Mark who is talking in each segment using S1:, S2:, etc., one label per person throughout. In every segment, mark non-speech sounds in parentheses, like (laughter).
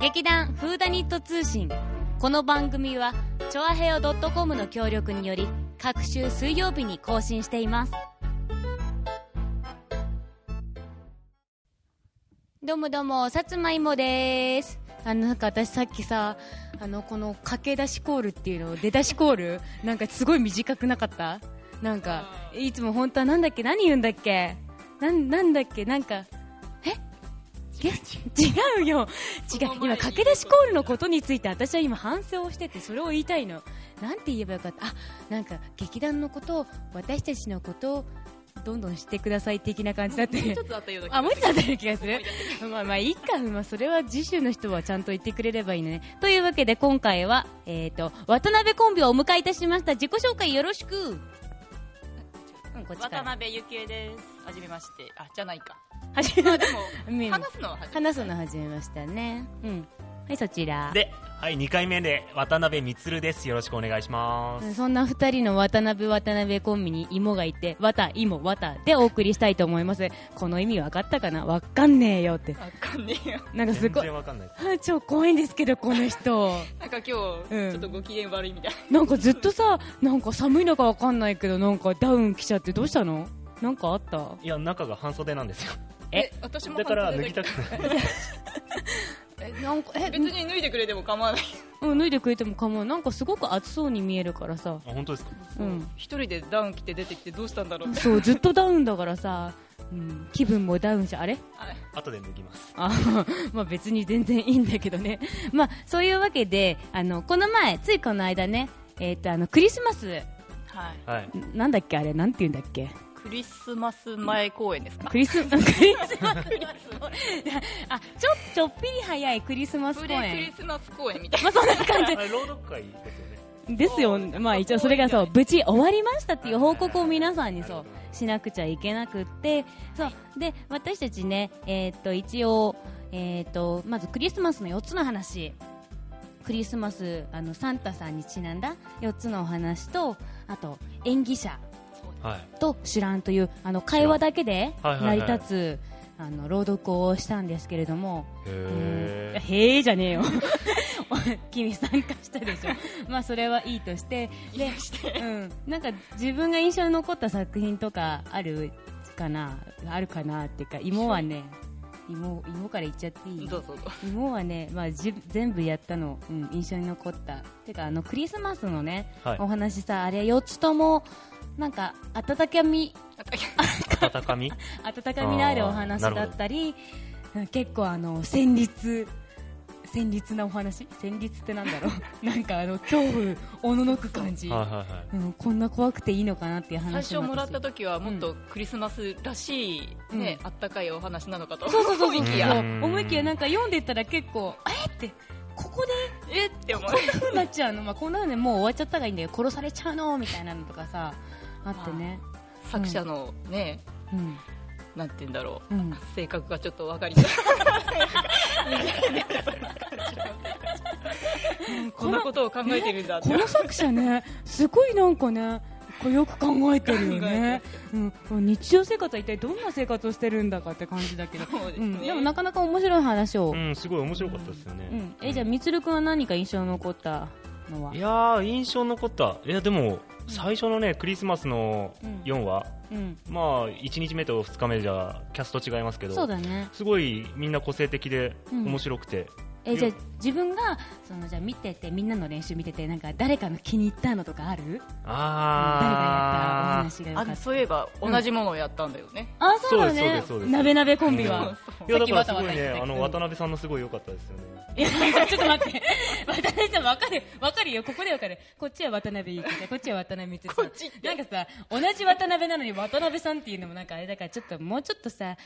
S1: 劇団フーダニット通信この番組はチョアヘオ .com の協力により各週水曜日に更新していますどうもどうもさつまいもですあのなんか私さっきさあのこの駆け出しコールっていうの出だしコールなんかすごい短くなかったなんかいつも本当はなんだっけ何言うんだっけなんなんだっけなんかいや違うよ違う今駆け出しコールのことについて私は今反省をしててそれを言いたいのなんて言えばよかったあなんか劇団のことを私たちのことをどんどん知ってください的な感じだって
S2: 一つあったような気が
S1: あもう一つあったような気がするまあまあいいか、まあ、それは次週の人はちゃんと言ってくれればいいねというわけで今回は、えー、と渡辺コンビをお迎えいたしました自己紹介よろしくうんこっちか
S2: 渡
S1: ら
S2: 辺ゆきえです。はじめまして。あ、じ
S1: (laughs)
S2: ゃないか。
S1: はじ
S2: まあでも、
S1: め
S2: 話すのは初め
S1: 話すの始めましたねうんはいそちら
S3: で、はい、2回目で渡辺充です。よろしくお願いします。
S1: そんな二人の渡辺渡辺コンビに芋がいて、綿、芋、綿でお送りしたいと思います。この意味分かったかなわかんねえよって。
S2: て。わかんねえよ。
S1: なんかす
S3: 全
S1: ごい
S3: 然。わかんないです。
S1: あ超怖いんですけど、この (laughs) 人。
S2: なんか今日、ちょ
S1: うん
S2: っとご機嫌悪いみたい
S1: なんかずっとさ、なんか寒いのかわかんないけど、なんかダウン来ちゃってどうしたのなんかあった
S3: いや、中が半袖なんですよ。
S2: な。
S1: え、
S2: 私も
S3: だから脱
S2: 半
S3: ぎ
S2: 袖だ
S3: た
S2: け
S3: く
S1: (laughs)
S2: ど
S3: ない。
S1: え、なんか、え、
S2: 別に脱いでくれても構わない。
S1: うん、脱いでくれても構わない。なんかすごく暑そうに見えるからさ。
S3: あ、本当ですか
S1: うん。
S2: 一人でダウン着て出てきてどうしたんだろう。
S1: そう、ずっとダウンだからさ、うん、気分もダウンし、あれ
S2: あ
S3: 後で脱ぎます。
S1: あ (laughs) まあ別に全然いいんだけどね、 (laughs) まあ、そういうわけであのこの前、ついこの間ね、えー、とあのクリスマス
S2: はい。
S3: はい。
S1: んなんだっけ、あれなんて言うんだっけ
S2: クリスマス前公演ですか
S1: クリ
S2: (laughs)
S1: スクリス
S2: クリスマス
S1: あちょちょっぴり早いクリスマス公
S2: プレクリ
S1: 演。
S2: スマス公演みたいな。
S1: まあそんな感
S3: あれ朗読会ですよね。
S1: じですよ、
S2: そう
S1: まあ、一応それがそう無事終わりましたっていう報告を皆さんにそうしなくちゃいけなくってそうで私たちね、えーっと一応、えーっとまずクリスマスの4つの話クリスマスあのサンタさんにちなんだ4つのお話とあと演技者
S3: はい。
S1: とシュランというあの会話だけで
S3: はいはいは
S1: 成
S3: い
S1: り立つあの朗読をしたんですけれども、うん
S3: へ
S1: へえじゃねえよ (laughs) 君参加したでしょま (laughs) あそれはいいとしてでうん、なんか自分が印象に残った作品とかあるかなあるかなっていうか芋はね芋芋から言っちゃっていい
S2: どうぞどうぞ。
S1: 芋はね、まあ、じゅ全部やったの、うん、印象に残ったてかあのクリスマスのね、
S3: はい
S1: お話さあれ4つともなんか温かみ
S2: あた
S3: ー。温
S1: (laughs)
S3: かみ
S1: 温かみのあるお話だったりうん結構あの戦慄戦慄なお話戦慄ってなんだろ
S2: (laughs)
S1: うなんかあの恐怖おののく感じ、
S3: はいはいはい。
S1: うん、こんな怖くていいのかなっていう話
S2: 最初もらった
S1: と
S2: 時はもっとクリスマスらしい、ね
S1: う
S2: あったかいお話なのかと
S1: そうそうそう
S2: 思
S1: そうそ
S2: い
S1: う
S2: き
S3: う
S2: や
S3: ん
S1: 思いきやなんか読んでたら結構えってここで
S2: えって思う
S1: こうなっちゃうの、まあ、こんなのねもう終わっちゃったがいいんだよ殺されちゃうのみたいなのとかさあってね、
S2: 作者のね
S1: うん
S2: なんて言うんだろう、
S1: うん
S2: 性格がちょっと分かりづ (laughs) らいこんなことを考えてるんだって
S1: この作者ね、すごいなんかね、こうよく考えてるよね、うん、日常生活は一体どんな生活をしてるんだかって感じだけど、
S2: そうです
S1: う
S2: ね
S1: ん、でもなかなか面白い話を、う
S3: うんん、すごい面白かったですよね。、
S1: えじゃあ、みつるくんは何か印象に残ったのはい
S3: やー、印象に残った。いや、でも、最初のね、クリスマスの4話、
S1: うん、
S3: まあ、1日目と2日目じゃ、キャスト違いますけど、
S1: そうだね、
S3: すごいみんな個性的で
S1: うん
S3: 面白くて、
S1: えじゃあ自分がそのじゃあ見てて、みんなの練習見てて、なんか誰かの気に入ったのとかある誰がやったお
S3: ああ
S1: 話がよか
S2: あ
S1: った
S2: のそういえば同じものをやったんだよね、
S1: あそうだ
S3: そう
S1: ね
S3: ですそうですそうです
S1: なべなべコンビ
S3: うん
S1: は、
S3: いやだからす
S2: さっ
S3: ご
S2: き
S3: いね、あ
S2: わたわた言ってたけど
S3: の渡辺さんのすごい良かったですよね。
S1: いや、ちょっと待って。渡辺さん、わかる、わかるよ。ここでわかる。こっちは渡辺ゆきさん、こっちは渡辺光さん。
S2: こっちって
S1: なんかさ、同じ渡辺なのに渡辺さんっていうのもなんかあれだから、ちょっともうちょっとさ、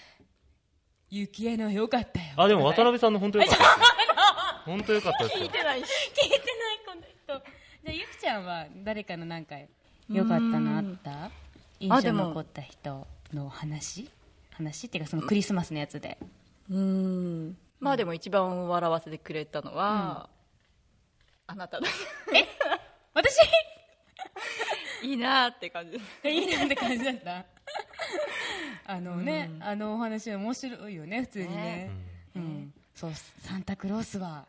S1: ゆきえの良かったよ。
S3: あでも渡辺さんの本当良かっ
S2: (laughs)
S3: たですよ。本当良かったです
S2: 聞
S3: よ
S2: い。てないし
S1: 聞いてない、この人。じゃあ、ゆきちゃんは誰かのなんか、良かったのあった印象
S2: で
S1: に
S2: も
S1: 残った人の話話っていうか、そのクリスマスのやつで。
S2: (laughs) うんまあでも一番笑わせてくれたのは、あなただ
S1: 私
S2: いいなーって感じです
S1: いいなって感じだったあのね、あのお話は面白いよね普通にね
S2: ね
S1: うんそうサンタクロースは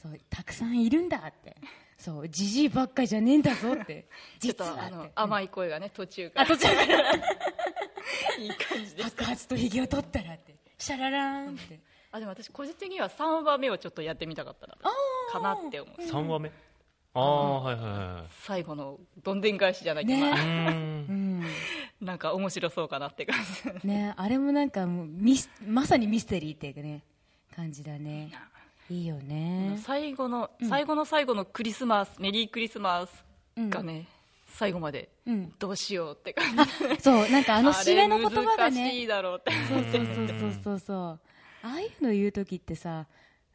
S1: そうたくさんいるんだってそうじじいばっかじゃねえんだぞって
S2: (laughs) ちょっ
S1: 実は
S2: とあ
S1: っ
S2: の
S1: て
S2: 甘
S1: い
S2: い声がね途中か
S1: あ
S2: ら
S1: 途中から
S2: いい感じです
S1: 白髪とひげを取ったらってシャララーンって
S2: あでも私個人的には3話目をちょっとやってみたかったなかなって思う
S3: 3話目ああはいはいは
S2: 最後のどんでん返しじゃないけど、
S1: ね
S3: いう
S2: ま
S3: ー
S1: うんん
S2: あなんか面白そうかなって感じ (laughs)
S1: ねあれもなんかもうミスまさにミステリーっていうね感じだねいいよね
S2: 最後の、最後の最後のクリスマスメリークリスマスがね、最後まで
S1: うん
S2: どうしようって感じ、
S1: そうなんか (laughs) あ
S2: あ
S1: の締めの言葉が
S2: れ難し
S1: ね
S2: いだろうって
S1: そうそうそうそうそうそうああいうの言う時ってさ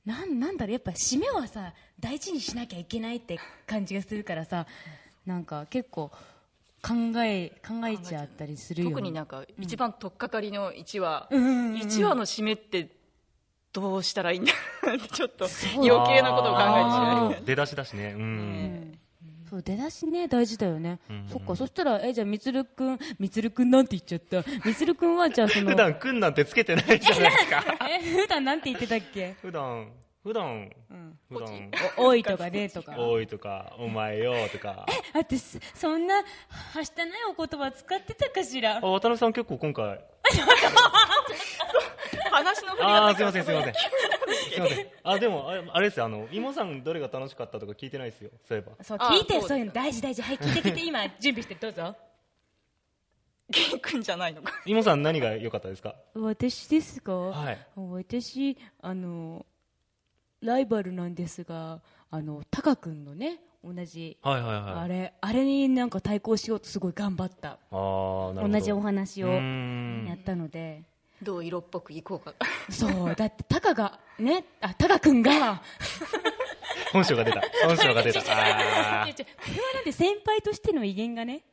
S1: なんなんだろうやっぱ締めはさ大事にしなきゃいけないって感じがするからさなんか結構考え考えちゃったりするよね
S2: 特になんか一番取っかかりの1話、
S1: うんうんうんうん
S2: 1話の締めってどうしたらいいんだ (laughs) ろうってちょっと
S1: そう
S2: 余計なことを考えてしま
S3: あー出だしだしねう
S1: うんんそう出だしね大事だよね、
S3: うん
S1: そっかそしたらえじゃあみつるくんみつるくんなんて言っちゃったみつるくんはじゃあその
S3: 普段くんなんてつけてないじゃないで
S2: (laughs)
S3: すか
S1: え普段なんて言ってたっけ、
S3: 普段普段
S1: うん、
S3: 普段
S1: お多いとかねとか
S3: 多いとかお前よ
S2: (laughs)
S3: とか
S1: あってそそんなはしたないお言葉使ってたかしら
S3: あ渡辺さん結構今回
S2: い話の振り
S3: あ
S2: が
S3: あすいませんすいませんすいませんあでもあれあれですよあの妹さんどれが楽しかったとか聞いてないですよそういえば
S1: そう
S2: あ
S1: 聞いて
S2: そうです
S1: そういうの大事大事はい聞いて聞いて今準備してるどうぞ
S2: ゲイくんじゃないのか
S3: 妹さん何が良かったですか
S1: 私ですか、
S3: はい
S1: 私あのライバルなんですがあのタカ君のね同じ、
S3: はいはい
S1: あ
S3: はい
S1: れあれになんか対抗しようとすごい頑張った
S3: あーなるほ
S1: 同
S3: ど
S1: じお話を
S3: うー
S1: や
S3: ん
S1: ったので
S2: どう色っぽくいこうか
S1: そうだってタカがねあタカ君が
S3: 本性が出た本性が出たあ
S1: 違う違うこれ
S3: ー
S1: はなんで先輩としての威厳がね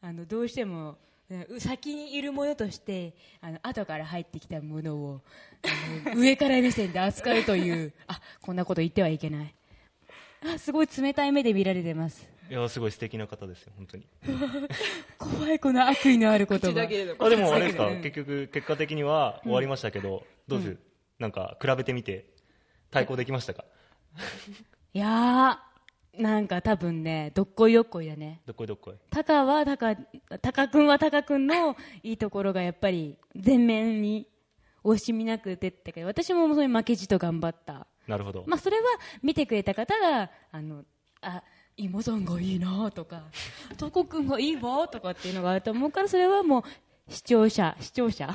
S1: あのどうしてもねう先にいるものとしてあの後から入ってきたものをあの上から目線で扱うという (laughs) あこんなこと言ってはいけないあすごい冷たい目で見られてます
S3: いやすごい素敵な方ですよ本当に
S1: 怖いこの悪意のある言葉
S2: 口だけで
S3: あでもあれですか
S1: うん
S3: 結局結果的には終わりましたけどどうですなんか比べてみて対抗できましたか
S1: いやーなんか多分ねどっこいどっこいだね
S3: どっこいどっこい
S1: タカはタカタカ君はタカ君のいいところがやっぱり全面に惜しみなく出てたけど私もそういう負けじと頑張った、
S3: なるほど
S1: まあ、それは見てくれた方があのあ妹さんがいいなと (laughs) かトコ君がいいわとかっていうのがあると思うからそれはもう視聴者視聴者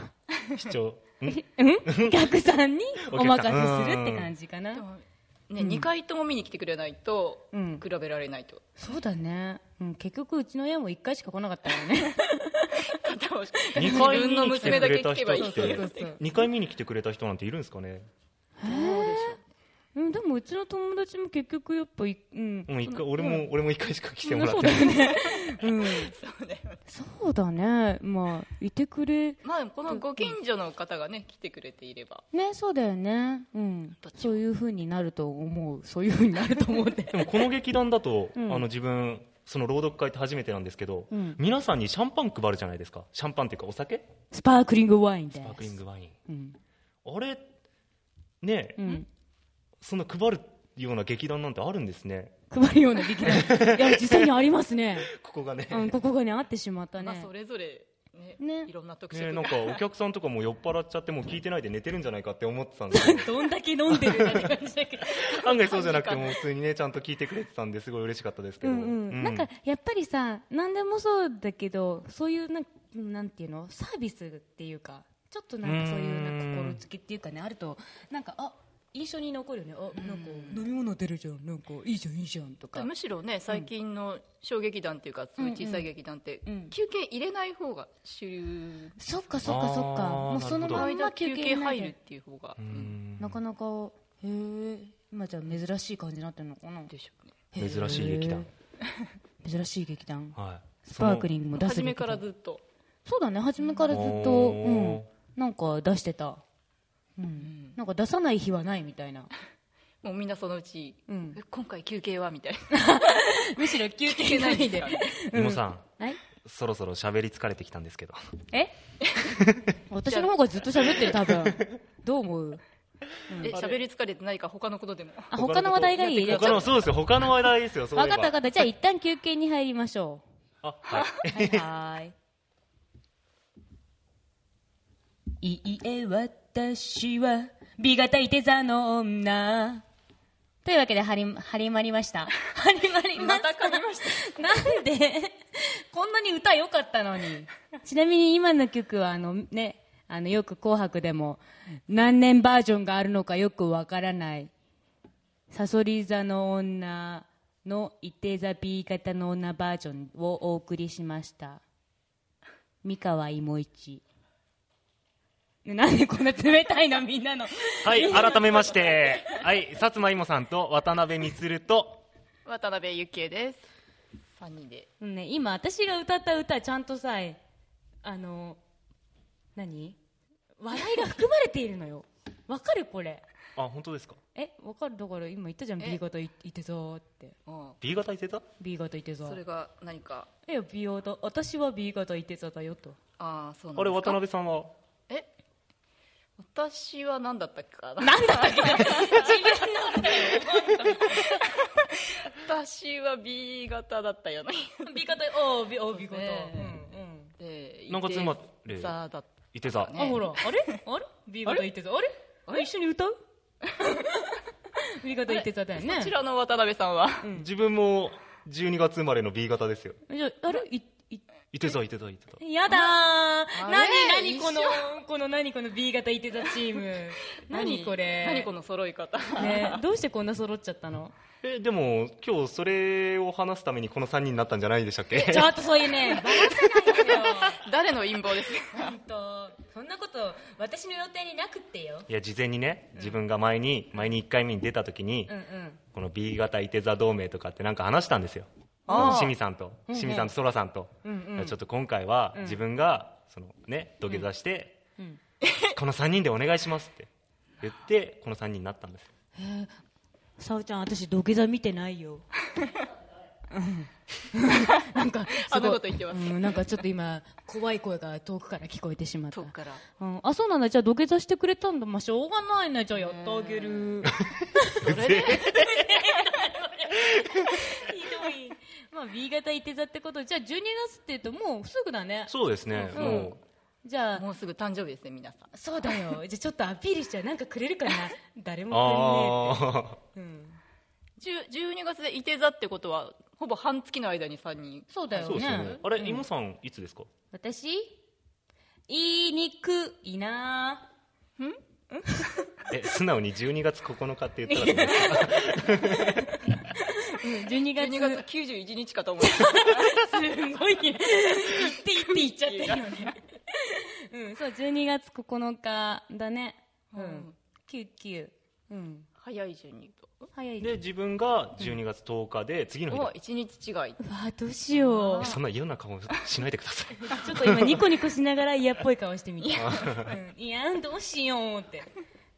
S3: 視聴ん
S1: (laughs) うんお客さんに
S3: お客さん
S1: お任せするって感じか
S2: で
S1: な
S2: もね、2回とも見に来てくれないと
S1: うん
S2: 比べられないと、
S1: そうだね、うん、結局うちの親も1回しか来なかったよ (laughs) ね
S2: (laughs) 片を
S3: 二
S2: 自
S3: 回
S2: 分の娘だけ聞けばいい
S1: そう
S2: って
S1: そう
S2: い
S1: そう
S2: う
S1: そう
S3: 2回見に来てくれた人なんているんですかね
S1: うん、でもうちの友達も結局やっぱい、うん、
S3: もう一回俺も俺も1回しか来てもらっ
S1: そ
S3: て
S1: う
S3: な
S1: だ
S3: い
S1: よね、 (laughs) うん、
S2: そうね
S1: そうだねまあいてくれ
S2: まあでもこのご近所の方がね来てくれていれば
S1: ねそうだよねうん
S2: どっちも
S1: そういうふうになると思うそういうふうになると思うって
S3: でもこの劇団だと、
S1: ん
S3: あの自分その朗読会って初めてなんですけど、
S1: うん
S3: 皆さんにシャンパン配るじゃないですかシャンパンっていうかお酒
S1: (laughs) スパークリングワインで
S3: パークリングワイン
S1: うん、
S3: あれねえ、
S1: うん、
S3: そんな配るような劇団なんてあるんですね
S1: 配るような劇団 (laughs) いや実際にありますね、
S3: ここがね、
S1: うん、ここがね合ってしまったね、
S2: まあそれぞれね
S1: ね
S2: いろんな特
S3: ねえ
S2: 色
S3: な
S2: が
S3: んかお客さんとかも酔っ払っちゃってもう聞いてないで寝てるんじゃないかって思ってたんです
S1: (laughs)
S3: け
S1: どんだけ飲んでるんだって感じだけど
S3: ど案外そうじゃなくてもう普通にねちゃんと聞いてくれてたんですごい嬉しかったですけ
S1: (laughs) う
S3: ど、
S1: んうん
S3: うん
S1: なんかやっぱりさ何でもそうだけどそういうなんなんていうのサービスっていうかちょっとなんかそういうなんか
S3: うん
S1: 心つきっていうかねあるとなんかあ印象に残るよねあなんか飲み物出るじゃんなんかいいじゃんいいじゃんとか
S2: むしろね最近の小劇団っていうか、そういう小さい劇団って、
S1: うん
S2: 休憩入れない方が主流、
S1: そっかそっかそっか
S3: あー
S1: もうその
S3: なるほ
S1: まん
S2: 間
S1: ま
S2: 休
S1: 休
S2: 憩
S1: 憩
S2: 入
S1: 入
S2: るっ
S1: る
S2: ていう方が、
S3: う
S2: うん
S3: ん
S1: なかなかへえ今じゃ珍しい感じになってるのかな
S2: でしょうね
S1: へえ
S3: 珍しい劇団
S1: 珍しい劇団
S3: はい
S1: スパーク
S3: ン
S1: リングも出す
S2: 初め
S1: 劇団
S2: からずっと、
S1: そうだね初めからずっと、
S3: おー
S1: うん、なんか出してた、うん、なんか出さない日はないみたいな
S2: もうみんなそのうち、
S1: うん
S2: え今回休憩はみたいな (laughs)
S1: むしろ休
S2: 憩ないで
S3: グ妹さん、
S1: はい
S3: そろそろ喋り疲れてきたん
S1: (laughs)
S3: ですけど
S1: (laughs) え私の方がずっと喋ってる多分どう思う
S2: え喋り疲れてないか他のことでも
S1: あ他の話題がいい
S2: や
S1: じゃ
S2: っ
S1: あち
S2: て
S3: 他
S1: ょ
S3: の
S1: っ
S3: そうですよ他の話題ですよ
S1: と
S3: そうい
S1: 分
S3: え
S1: か
S3: ば
S1: った分かったじゃあ一旦休憩に入りましょ
S3: あはい
S1: はいはいいいえ私は美がたいて座の女というわけで始ま始まり (laughs) ました始まりま
S2: ま
S1: した
S2: た噛みまし
S1: なんでこんなに歌良かったのにちなみに今の曲はあのねあのよく「紅白」でも何年バージョンがあるのかよくわからない「さそり座の女」の「一定座 B 型の女」バージョンをお送りしました三河いもいちなんでこんな冷たいのみんなの
S3: はい改めましてはい薩摩いもさんと渡辺満と
S2: た渡辺ゆきえです3人で
S1: ね、今私が歌った歌ちゃんとさあの何笑いが含まれているのよわかるこれ
S3: あ本当ですか
S1: えわかるだから今言ったじゃん
S2: え
S1: B 型いいてぞーって
S3: B 型いてた
S1: B 型いてぞ
S2: それが何か
S1: え B 型私は B 型いてぞだよと
S2: ああそうなんですか
S3: あれ渡辺さんは
S2: え私は何だったっけかな
S1: なんだったっけ
S2: 私は B 型だったよね
S1: (laughs) B 型おお B, お B 型、
S2: ね
S1: うんうん
S2: で
S3: なんかつまり
S2: いて座だっ
S3: いて座
S2: ね
S1: あほらあれあれ B 型いてぞあれあれ一緒に (laughs) 歌う B 型いてぞだよね
S2: こちらの渡辺さんは
S3: 自分も12月生まれの B 型ですよ
S1: じゃああれいい
S3: いて座いて座いて座
S1: やだー
S2: あ
S1: な
S2: あ
S1: に
S2: れ
S1: なにこのこの何この B 型いてたチーム何これ
S2: 何この揃い方
S1: ね (laughs) どうしてこんな揃っちゃったの
S3: えでも今日それを話すためにこの3人になったんじゃないでしたっけ
S1: ちょっとそういう (laughs) ねバラせないのよ
S2: (laughs) 誰の陰謀ですか
S1: 本当そんなこと私の予定になくってよ
S3: いや事前にね自分が前に前に1回目に出た時に、
S1: うんうん
S3: この B 型いて座同盟とかってなんか話したんですよ
S2: あー
S3: 清水さんと
S1: んうん
S3: 清水さんとそらさんと、
S1: うんうん
S3: ちょっと今回は自分がそのね土下座して、
S1: うん
S3: (laughs) この3人でお願いしますって言ってこの3人になったんです
S1: 沙織ちゃん私土下座見てないよなん
S2: (laughs)
S1: か
S2: あんなこと言ってます
S1: うんなんかちょっと今怖い声が遠くから聞こえてしまった
S2: 遠くから
S1: うん、あそうなんだじゃあ土下座してくれたんだまあしょうがないねじゃあやってあげる
S2: そ (laughs) れで
S1: ひどいまあ B 型いて座ってことじゃあ12月っていうともうすぐだね
S3: そうですね、
S1: うん
S3: もう
S1: じゃあ
S2: もうすぐ誕生日ですね皆さん
S1: そうだよじゃあちょっとアピールしちゃうなんかくれるかな誰も
S3: あ
S1: くれねえって、うん、
S2: 10 12月でいて座ってことはほぼ半月の間に3人
S1: そうだ
S3: あ
S1: よ
S3: そう
S1: ね
S3: ですよねあれ、イモさんいつですか
S1: 私言いにくいな
S3: え (laughs) 素直に12月9日って言ったらどうですか
S1: 12月
S2: 12月91日かと思います (laughs)
S1: すごいね。言って言って言っちゃってるよね。うん、そう、12月9日だね。う
S2: うんん。
S1: 99。うん。
S2: 早い順に言う
S1: 早いね。
S3: で自分が12月10日
S1: (laughs)
S3: で次の
S2: と
S3: 日
S2: も
S3: だ
S2: う1日違い
S1: わあ、どうしよう
S3: え。そんな嫌な顔しないでください
S1: ちょっと今ニコニコしながら嫌っぽい顔してみて。うんいや、どうしようって。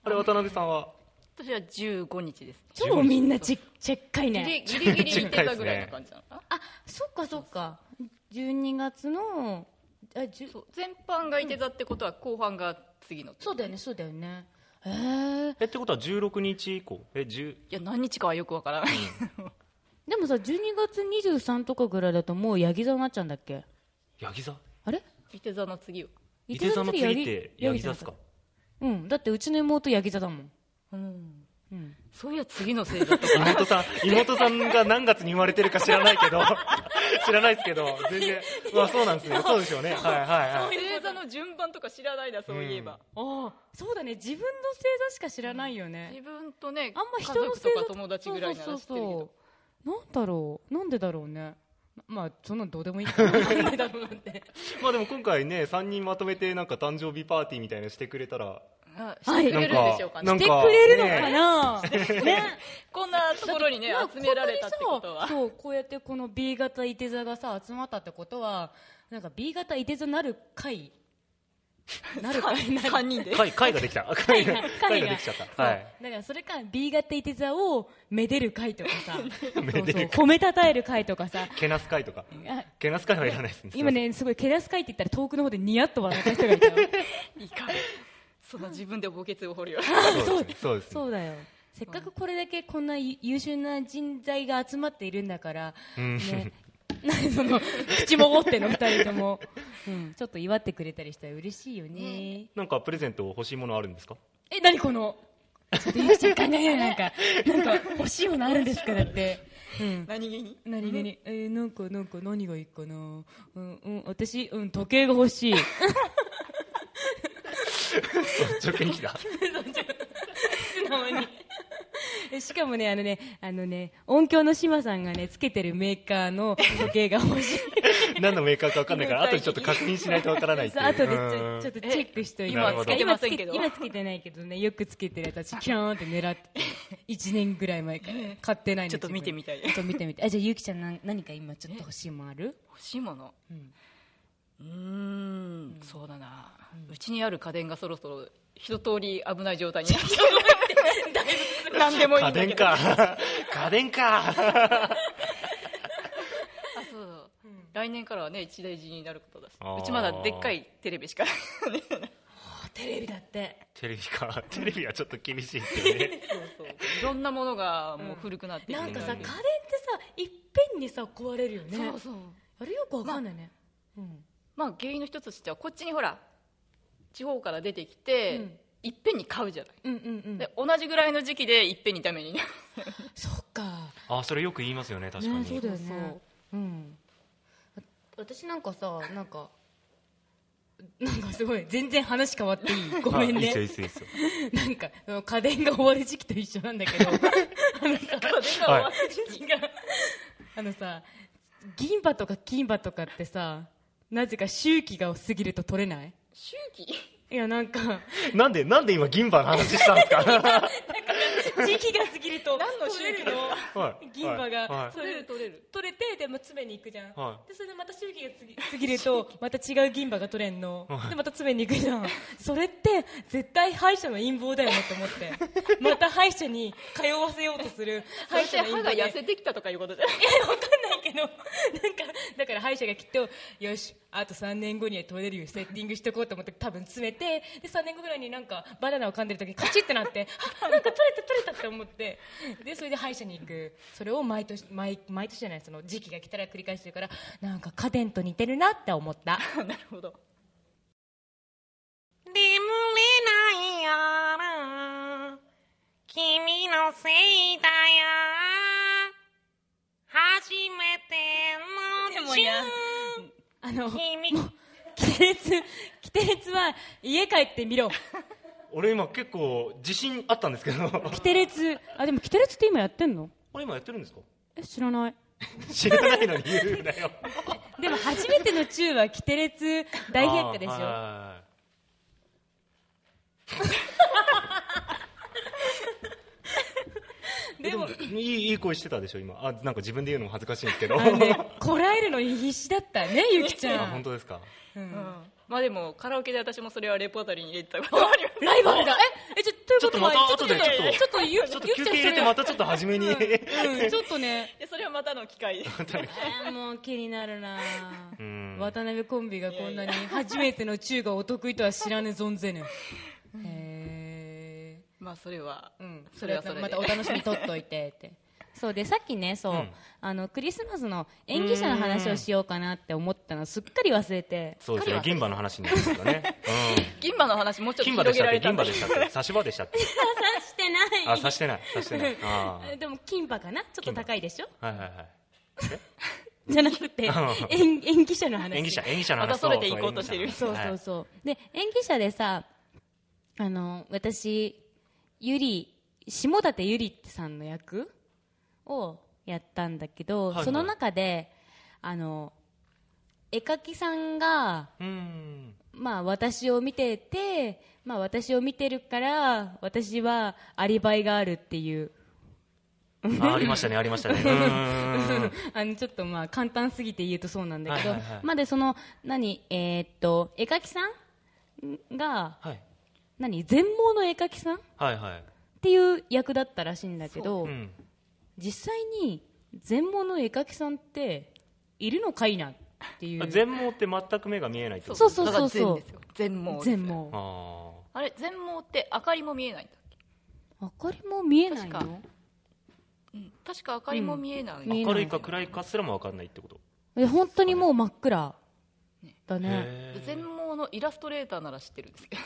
S3: あれ渡辺さんは (laughs)
S2: 私は15日です
S1: 超みんなちちっかい
S2: ギ
S1: ね。
S2: リギリギリいて座ぐらいな感じなのかな
S1: あ、そっかそっか。12月の、あ、じゅ
S2: (laughs) そう全般がいて座ってことは後半が次のい
S1: そうだよね、そうだよね。へえ。
S3: えってことは16日以降え10
S2: や何日かはよくわからない
S1: でもさ、12月23とかぐらいだともうヤギ座になっちゃうんだっけ
S3: ヤギ座
S1: あれ
S2: いて座の次を
S3: 伊手座の次ってヤギ座っすか
S1: うんだってうちの妹ヤギ座だもん
S2: うん
S1: うん
S2: そういや次のせい (laughs) だった
S3: 妹さん妹さんが何月に生まれてるか知らないけど (laughs) 知らないですけど全
S1: (laughs)
S3: 然うわそうなんですねそうでしょうねはいはいはい
S2: 星座の順番とか知らないなそういえば、
S1: ああそうだね自分の星座しか知らないよね
S2: 自分とね
S1: あんま人の星座
S2: 家族とか友達ぐらいな
S1: そう
S2: ら知っ
S1: そ
S2: て
S1: う
S2: るけど
S1: そうそうなんだろうなんでだろうねまあそんなのどうでもいいけどなんでだろうって
S3: まあでも今回ね3人まとめてなんか誕生日パーティーみたいなのしてくれたら
S2: あ
S1: はい
S2: してくれるんでしょうかね
S3: なん
S1: して
S3: か
S1: くれるのかなね
S2: こん (laughs) なところにね
S1: まあ
S2: 集められたって
S1: ここに
S2: こと
S1: さ
S2: は
S1: そうこうやってこの B 型いて座がさ集まったってことはなんか B 型いて座なる会
S2: (laughs)
S1: なる会なる
S2: 3人で
S3: 会会がで
S1: (laughs)
S3: きた会が会ができちゃったは
S1: はいい、だからそれか B 型いて座をめでる会とか
S3: (laughs)
S1: さ
S3: めでる会
S1: そうそう褒めたたえる会とかさ
S3: けなす会とか
S1: あ
S3: けなす会はいらないですね
S1: 今ねすごいけだす会って言ったら遠くの方でニヤッと笑った人がいたよ
S2: いいか (laughs) その自分で墓穴を掘るよ
S3: そうですね。そうですね。
S1: そうだよせっかくこれだけこんな優秀な人材が集まっているんだから、
S3: うん
S1: ね、何その口もごっての2人とも、うん、ちょっと祝ってくれたりしたら嬉しいよね、
S3: なんかプレゼント欲しいものあるんです
S1: (laughs)
S3: か
S1: え何このちょっとゆきちゃん考えないなんかなんか欲しいものあるんですかだって、うん、
S2: (laughs) 何気に
S1: 何々、えーなんかなんか何がいいかなうんうん私うん時計が欲しい (laughs)
S3: 率直に来た。
S1: 素直にえしかもねあのねあのね音響の島さんがねつけてるメーカーの時計が欲しい
S3: 何のメーカーか分かんないから、後でちょっと確認しないと分からないってい。
S1: そうう後でち
S3: うん
S1: ょちょっとチェックしといて
S3: え今つけ
S2: てませんけど
S1: 今つけてないけどねよくつけてるやつ私キャーンって
S2: (laughs)
S1: 狙って1年ぐらい前から買ってないの
S2: ちょっと見てみたい
S1: ちょっと見てみてあじゃあゆきちゃんなん何か今ちょっと欲しいもんある
S2: 欲しいもの
S1: うん
S2: うーんそうだなうちにある家電がそろそろ一通り危ない状態にな (laughs) ってきた (laughs) 何でもいい
S3: 家
S2: んだ
S3: 電
S2: けど
S3: か。 (laughs) 家電か。
S2: あそうだ来年からはね一大事になることだし
S3: あー
S2: うちまだでっかいテレビしかないので
S1: あテレビだって
S3: テレビか。テレビはちょっと厳しいですよね。
S2: そうそういろんなものがもう古くなってきて
S1: なんかさ家電
S2: る
S1: っ
S2: で
S1: てさいっぺんにさ壊れるよね
S2: そうそう
S1: あれよくわかんないね、うん
S2: まあ原因の一つとしてはこっちにほら地方から出てきて、
S1: うん
S2: いっぺんに買うじゃない
S1: うんうんうん
S2: で同じぐらいの時期でいっぺんにダメになる
S1: そっか
S3: (laughs) あ、それよく言いますよね、確か
S1: ね、そう
S3: に。
S1: だよね
S2: そうそう
S1: うんわ私なんかさなんかなんかすごい全然話変わっていいごめん
S3: あいいっすよ、い
S1: ね
S3: いっすよ、いいっすよ。
S1: なんかあの家電が終わる時期と一緒なんだけどあのさ
S3: はい
S1: 時期があのさ銀歯とか金歯とかってさなぜか周期が過ぎると取れない
S2: 周期
S1: いやなんか
S3: なんで、なんで今銀歯の話したんですか
S1: 時期が過ぎると
S2: 何の周期ですか
S3: (laughs) はい
S1: (laughs) 銀歯が、
S3: はい
S1: それで
S2: 取れる
S1: 取れてでも詰めに行くじゃん、
S3: はい
S1: でそれでまた周期がつぎ過ぎるとまた違う銀歯が取れんの、
S3: はい
S1: でまた詰めに行くじゃんそれって絶対歯医者の陰謀だよねと思ってまた歯医者に通わせようとする
S2: そ
S1: 歯医
S2: して
S1: 者の陰
S2: 歯が
S1: 謀で
S2: 痩せてきたとかいうことじゃない
S1: えわかんないけどなんかだから歯医者がきっとよしあと3年後には取れるようにセッティングしとこうと思って多分詰めてで3年後ぐらいになんかバナナを噛んでる時にカチッてなってあなんか取れた取れたって思ってでそれで歯医者に行くそれを毎年毎毎年じゃないその時期が来たら繰り返してるからなんか家電と似てるなって思った
S2: (laughs) なるほど
S4: 眠れないやら君のせいだや初めての
S1: もやあの
S4: 君
S1: キテレツキテレツは家帰ってみろ
S3: 俺今結構自信あったんですけ (laughs) ど。
S1: キテレツあでもキテレツって今やってんの
S3: これ今やってるんですか
S1: え知らない
S3: 知らないのに言うなよ。
S1: でも初めてのチューはキテレツ (laughs) 大変化でし
S3: あー
S1: ょ
S3: はい
S1: でも
S3: いいいい声してたでしょ今あなんか自分で言うのも恥ずかしいんですけど
S1: あのねこらえるのに必死だったねゆきち
S3: あ
S1: ゃ
S3: 本
S1: ん
S3: 当ですか
S2: うんまあでもカラオケで私もそれはレポートリーに入れてた (laughs) ことあるよね
S1: ライバルだええちょ
S3: ちょっとまた後で
S1: ちょっと
S3: ちょっ
S1: とゆ
S3: ちょっと
S1: ゆき
S3: 休
S1: ちゃん
S3: 憩
S1: そ
S3: 入れて
S1: れ
S3: またちょっと初めに、
S1: うんちょっとね
S2: でそれはまたの機会で
S1: えーもう気になるな
S3: うん
S1: 渡辺コンビがこんなに初めてのチューがお得意とは知らぬ存ぜぬへえ
S2: (laughs) まあそれは、
S1: うん、
S2: それはそれで
S1: またお楽しみ取っといてってそうでさっきねそう、
S3: うん
S1: あのクリスマスの演技者の話をしようかなって思ったのすっかり忘れて
S3: そうですね銀歯の話になりますよ (laughs) ね、
S2: 銀歯の話もうちょ
S3: うん、
S2: っと
S3: 金歯で
S2: 広
S3: し
S2: げ
S3: たっ
S2: られ
S3: け
S2: た
S3: 銀
S2: んだ
S3: 歯
S2: けど
S3: でしたっけ差し歯でしたっ
S1: (laughs)
S3: け (laughs)
S1: 刺してない
S3: あ刺してない刺 (laughs) してないあー
S1: でも金歯かなちょっと高いでしょ
S3: はいはいはい
S1: じゃなくて演演技者の話
S3: 演技者演技者の話
S2: またそれていこうとしてる
S1: そうそうそう、で演技者でさあの私ゆり下舘ゆりさんの役をやったんだけど、
S3: はいはい
S1: その中であの絵描きさんが
S3: ううん
S1: まあ私を見てて、まあ私を見てるから、私はアリバイがあるっていう。
S3: あありましたねありましたねうーん
S1: (laughs) あの、ちょっとまあ簡単すぎて言うとそうなんだけど、
S3: はいはいはい
S1: まあでその、何、えーっと、絵描きさんが、
S3: はい
S1: 何、全盲の絵描きさんっ
S3: はいはい
S1: ていう役だったらしいんだけど、
S3: うん
S1: 実際に全盲の絵描きさんって、いるのかいなっていう。
S3: あ全盲って全く目が見えないってこと
S1: そうそうそう
S2: だから
S1: そう
S2: 全ですよ全盲です
S1: 全盲。
S3: あ
S2: あれ全盲って明かりも見えないんだっけ
S1: 明かりも見えない
S2: 確
S1: の
S2: うん確か明かりも見えない、
S1: 見えない
S3: 明るいか暗いかすらも分かんないってこと
S1: え本当にもう真っ暗
S2: ね
S1: だね
S3: へー
S2: 全盲のイラストレーターなら知ってるんですけど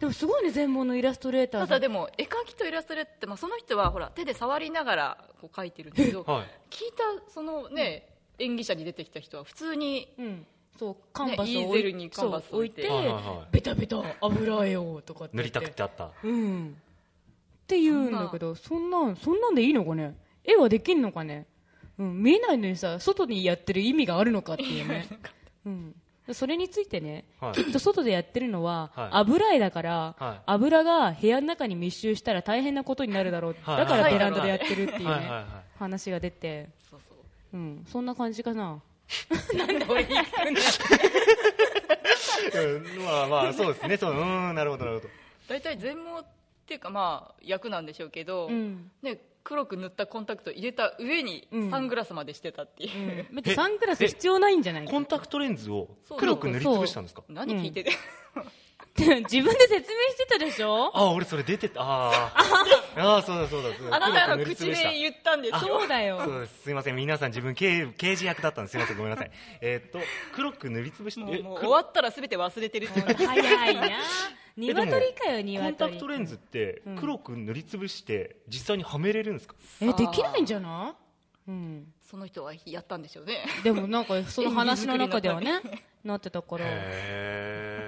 S1: でもすごいね全盲のイラストレーターの
S2: ただでも絵描きとイラストレーターって、まあ、その人はほら手で触りながらこう描いてるんだけ
S3: (laughs)
S2: ど、
S3: はい
S2: 聞いたそのね、演技者に出てきた人は普通に
S1: うんそうカンパスを
S2: イー
S1: 置
S2: ゼ
S1: い,、
S2: ルにカンパス
S1: そう置
S2: 置
S1: い
S2: い
S1: て
S2: て
S3: はいはいは
S1: ベタベタ油絵よとかって
S3: 塗
S1: 言
S3: りたくてあった
S1: うんって言うんだけどそんなんそんなんでいいのかね絵はできんのかね、うん、見えないのにさ外にやってる意味があるのかっていう
S3: (laughs)
S1: ね、うん、それについてね、
S3: はい
S1: きっと外でやってるのは、
S3: はい
S1: 油絵だから、
S3: はい
S1: 油が部屋の中に密集したら大変なことになるだろう、
S3: はい
S1: だからベランダでやってるっていうね、
S3: はいはいは
S1: 話が出て、
S2: そうそう
S1: うん、そんな感じかな。
S2: (laughs)
S5: うんまあまあ、そうですね。そう、うーん、なるほど、なるほど。
S2: 大体全盲っていうかまあ役なんでしょうけど、
S1: うん
S2: ね、黒く塗ったコンタクト入れた上に
S1: うん
S2: サングラスまでしてたっていう、
S1: だってサングラス必要ないんじゃない
S3: コンタクトレンズを
S2: そう
S3: 黒く塗りつぶしたんですか
S2: 何聞いてて、
S1: (laughs) 自分で説明してたでしょ
S3: ああ俺それ出てたあーあーそうだそうだそう
S2: (laughs)
S3: だ
S2: あなたの
S3: 黒く塗りつ
S2: 口
S3: ぶ
S2: で
S3: した
S2: 言ったんですよ
S1: そうだよ
S3: そうですすいません皆さん自分刑刑事役だったんですすいませんごめんなさいえーっと黒く塗りつぶして
S2: も
S3: え
S2: うもう終
S3: 黒
S2: わったら全て忘れてるっていう
S1: 早いな
S3: (laughs) えでも
S1: 鶏かよ
S3: コンタク
S1: 鶏
S3: トレンズって
S1: うん
S3: 黒く塗りつぶして実際にはめれるんですか
S1: えできないんじゃない、うん、
S2: (laughs) その人はやったんでしょうね
S1: でもなんかその話の中ではねなってたから
S3: へ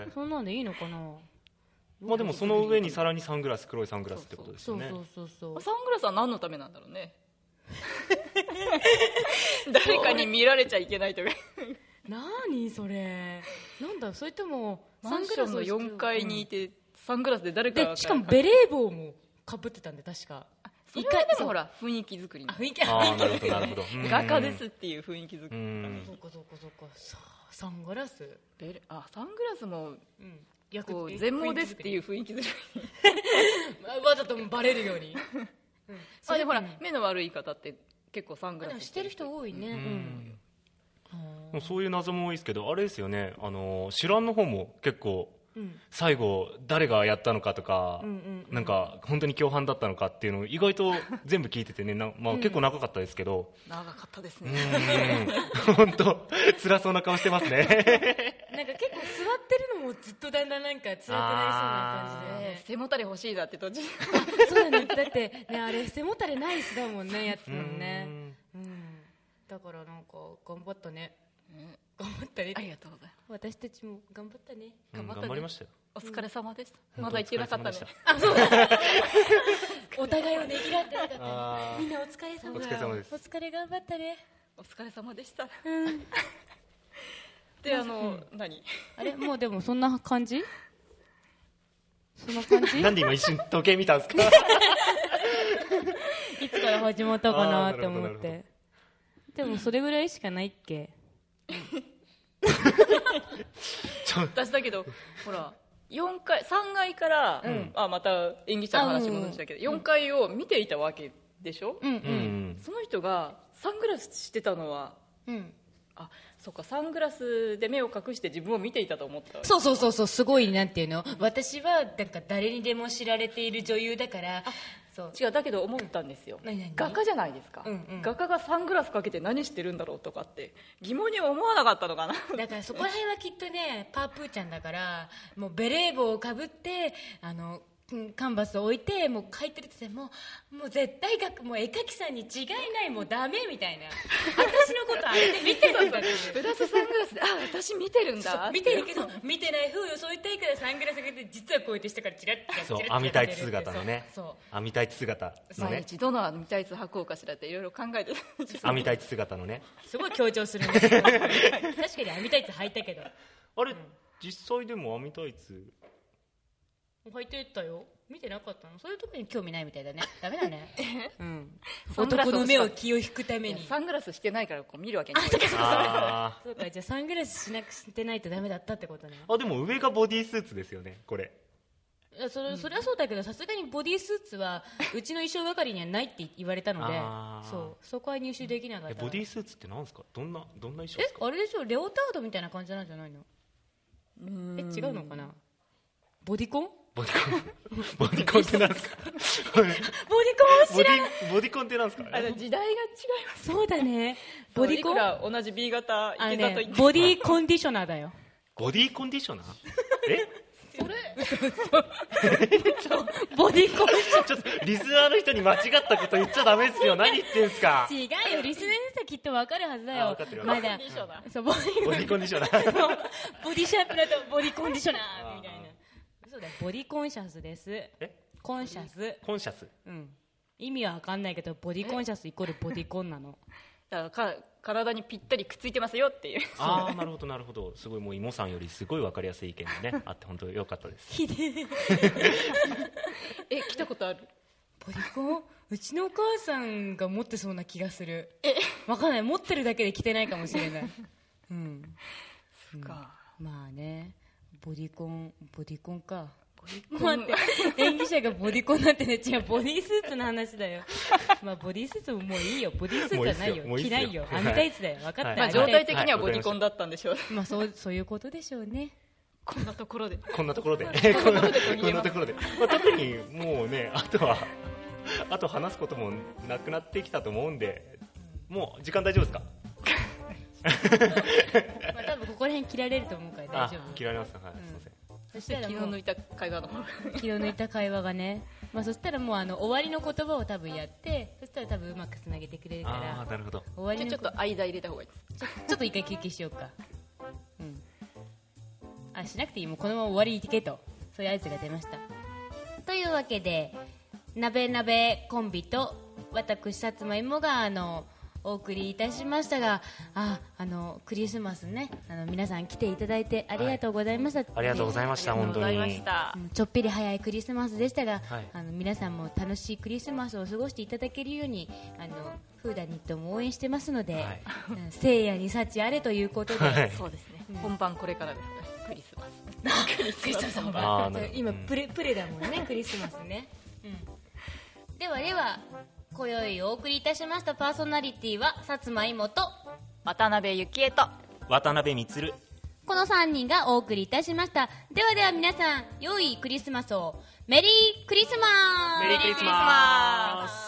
S3: え
S1: そんなんでいいのかな
S3: まあでもその上にさらにサングラス黒いサングラスってことです
S1: そ
S3: よ
S1: う
S3: ね
S1: そうそうそう
S2: サングラスは何のためなんだろう (laughs) ね誰かに見られちゃいけないとか
S1: なーにそれなんだそれとも
S2: マンションの4階にいてサングラスで誰か
S1: で
S2: が
S1: しかもベレー帽もかぶってたんで確か
S2: それはで
S1: そ
S2: も
S1: う
S2: ほら雰囲気作りの
S1: あ雰囲気
S3: あ
S1: あ
S3: あなるほど
S2: (laughs)
S3: なるほどうん
S2: 画家ですっていう雰囲気作
S3: う
S2: り
S3: ん
S1: そうかそうかそうかさあサングラス
S2: ベレあサングラスも
S1: うん逆
S2: こう全盲ですっていうう雰囲気作り
S1: わざとバレるように (laughs)
S2: あでもほら目の悪い方って結構サングラス
S1: してる人多いね、
S3: うん
S1: うん
S3: もうそういう謎も多いですけどあれですよねあの主覧の方も結構
S1: うん
S3: 最後誰がやったのかとか、
S1: うんうんうん
S3: なんか本当に共犯だったのかっていうのを意外と全部聞いててねな、まあ、結構長かったですけど、
S2: 長かったです
S3: う
S2: ね
S3: ん、本当辛そうな顔してますね
S1: なんか結構座ってるのもずっとだんだんなんか辛くなりそうな感じで、
S2: ね背もたれ欲しいなって途
S1: (laughs)
S2: 中で
S1: そうだねだってねあれ背もたれないしだもんねやってたもんねうんだからなんか頑張ったね頑張ったね
S2: ありがとうございます
S1: 私たちも頑張ったね
S3: うんう
S2: 頑
S3: ん
S2: 張ったね
S3: 頑張りましたよ
S2: お疲れ様でしたまだ行けなかったね
S3: お疲れ様でし
S1: お互いをねぎらってなかった
S3: あ
S1: ね
S3: ー
S1: みんなお疲れ様
S3: お疲れ様です
S1: お疲れ頑張ったね
S2: お疲れ様でした
S1: うん
S2: (laughs) であの何
S1: あれもうでもそんな感じそんな感 (laughs) じ
S3: なんで今一瞬時計見たんですか
S1: いつから始まったかなって思
S3: あーなる
S1: っ
S3: ほどなる
S1: てでもそれぐらいしかないっけ
S3: ちょ
S2: 私だけどほら4階3階から、あまた演技者の話戻したけど、4階を見ていたわけでしょ、
S1: うんう
S3: うんん
S2: その人がサングラスしてたのは
S1: うん
S2: あそっかサングラスで目を隠して自分を見ていたと思った
S1: そうそうそうそうすごいなんていうの私はなんか誰にでも知られている女優だからそう
S2: 違うだけど思ったんですよ
S1: 何何
S2: 画家じゃないですか、
S1: うんうん
S2: 画家がサングラスかけて何してるんだろうとかって疑問に思わなかったのかな
S1: だからそこら辺はきっとねパープーちゃんだからもうベレー帽をかぶってあのうんカンバスを置いてもう描いてるって言ってもうもう絶対がもう絵描きさんに違いないもうダメみたいな私のことあれで見てるんだっていう
S2: (laughs) プラスサングラスであ私見てるんだ
S1: 見てるけど見てないふう装いたいからサングラスかけて実はこうやって下からチラッチラチ
S3: そ
S1: ラ
S3: う
S1: チラ
S3: 網タイツ姿のね
S1: そう
S3: 網タイツ姿の
S2: 毎
S3: ね
S2: 日どの見たいつ履こうかしらっていろいろ考えてた
S3: 網タイツ姿のね
S1: そうすごい強調するんですよ確かに網タイツ履いたけど
S3: あれ実際でも網タイツ
S1: 履いてったよ見てなかったのそういうとこに興味ないみたいだねダメだね、うん、
S2: サングラス
S1: 男
S2: を
S1: の目を気を引くため
S2: いや
S1: に
S2: サングラスしてないからこう見るわけにいかない
S3: あ
S1: そうかじゃあサングラスしなくしてないとダメだったってことね
S3: ーあでも上がボディースーツですよねこれ
S1: いやそれそれはそうだけどさすがにボディースーツはうちの衣装係にはないって言われたので
S3: あー
S1: そうそこは入手できなかっ
S3: え
S1: た
S3: ボディースーツってなんですかどんなどんな衣装
S1: え
S3: ですか
S1: あれでしょレオタードみたいな感じなんじゃないのえ違うのかなボディコン
S3: ボディコン (laughs) ボディコンってなん (laughs) ですかボディ
S1: ボディコン知らん
S3: ボディコンってなんですか
S2: あの時代が違います
S1: (laughs) そうだねボディコン
S2: いくら同じ B 型
S1: あの
S2: 池田と
S1: ね
S2: 言って
S1: ボディコンディショナーだよ
S3: ボディコンディショナーえ
S1: (laughs) ボディコン
S3: ちょっとリスナーの人に間違ったこと言っちゃダメです (laughs) よ何言ってんすか
S1: 違うよリスナーの人はきっと分かるはずだ
S3: あ
S1: よ
S3: 分かってる
S1: ま
S3: 分
S1: だ (laughs)
S3: か
S2: 一緒だ
S1: そうボディ
S3: ボ
S1: コ
S3: デ
S1: ン
S3: ィコンディショナー (laughs)
S1: そうボディシャープナーとボディコンディショナーみたいなそうだよボディコンシャスです
S3: え
S1: コンシャス
S3: コンシャス
S1: うん意味は分かんないけどボディコンシャスイコールボディコンなの
S2: だからか体にぴったりくっついてますよっていう
S3: ああなるほどなるほどすごいもうイモさんよりすごい分かりやすい意見 (laughs) がねあって本当良かったで
S1: (laughs)
S3: す
S2: え来たことある
S1: ボディコンうちのお母さんが持ってそうな気がする分かんない持ってるだけで着てないかもしれないうん
S2: か
S1: まあねボディコンボディコンか
S2: コン
S1: 待って演技者がボディコンなんてね違うボディースーツの話
S3: (laughs)
S1: だよまあボディースーツももういいよボディースーツはないよ
S3: もういい
S1: 着
S3: っす
S1: な
S3: よ
S1: いよ
S3: もういいっすよ
S1: アミタイツだよ分かった、
S3: はい
S2: まあ
S1: 網
S2: 状
S1: タイ
S2: 態
S1: ツ
S2: 的にはボディコンだったんでしょう、
S1: まあそうそういうことでしょうね
S2: こんなとこ (laughs) ろで
S3: こんなところでこんなこんなところで、まあ、特にもうねあとはあと話すこともなくなってきたと思うんでもう時間大丈夫ですか
S1: まあ多分ここら辺切られると思うから大丈
S3: あ
S1: 夫
S3: 嫌いなんですはい、すいません
S1: そし
S2: で
S1: た
S2: 昨
S1: ら
S2: 日
S1: もう
S2: 抜いた会話の方が
S1: 気を抜いた会話がね、まあ、そしたらもうあの終わりの言葉を多分やってそしたら多分うまくつなげてくれるか
S3: あ
S1: ら
S3: あなるほど
S1: 終わり
S2: じゃ
S1: の
S2: あちょっと間入れた方がいい
S1: ちょちょっと一回休憩しようかうんあしなくていいもうこのまま終わりに行けとそういう合図が出ましたというわけでなべなべコンビと私さつまいもがあのお送りいたしましたがああのクリスマスねあの皆さん来ていただいてありがとうございました、
S3: ありがとうございま
S2: で
S3: し
S2: す
S3: た本当
S2: ありがとうございま
S3: に
S2: した
S1: うんちょっぴり早いクリスマスでしたが、
S3: はい
S1: あの皆さんも楽しいクリスマスを過ごしていただけるようにあのフーダニットも応援してますので、
S3: はい
S1: うん聖夜に幸あれということで、
S3: (laughs) はい
S2: そうですね、本番これからですねクリスマス
S1: クリスマス本番
S3: あーなるほど
S1: 今
S3: うん
S1: プレプレだもんねクリスマスね、うん、ではでは今宵お送りいたしましたパーソナリティはさつまいもと
S2: 渡辺幸恵と
S3: 渡辺満
S1: この3人がお送りいたしましたではでは皆さん良いクリスマスをメリークリスマス
S3: メリークリスマス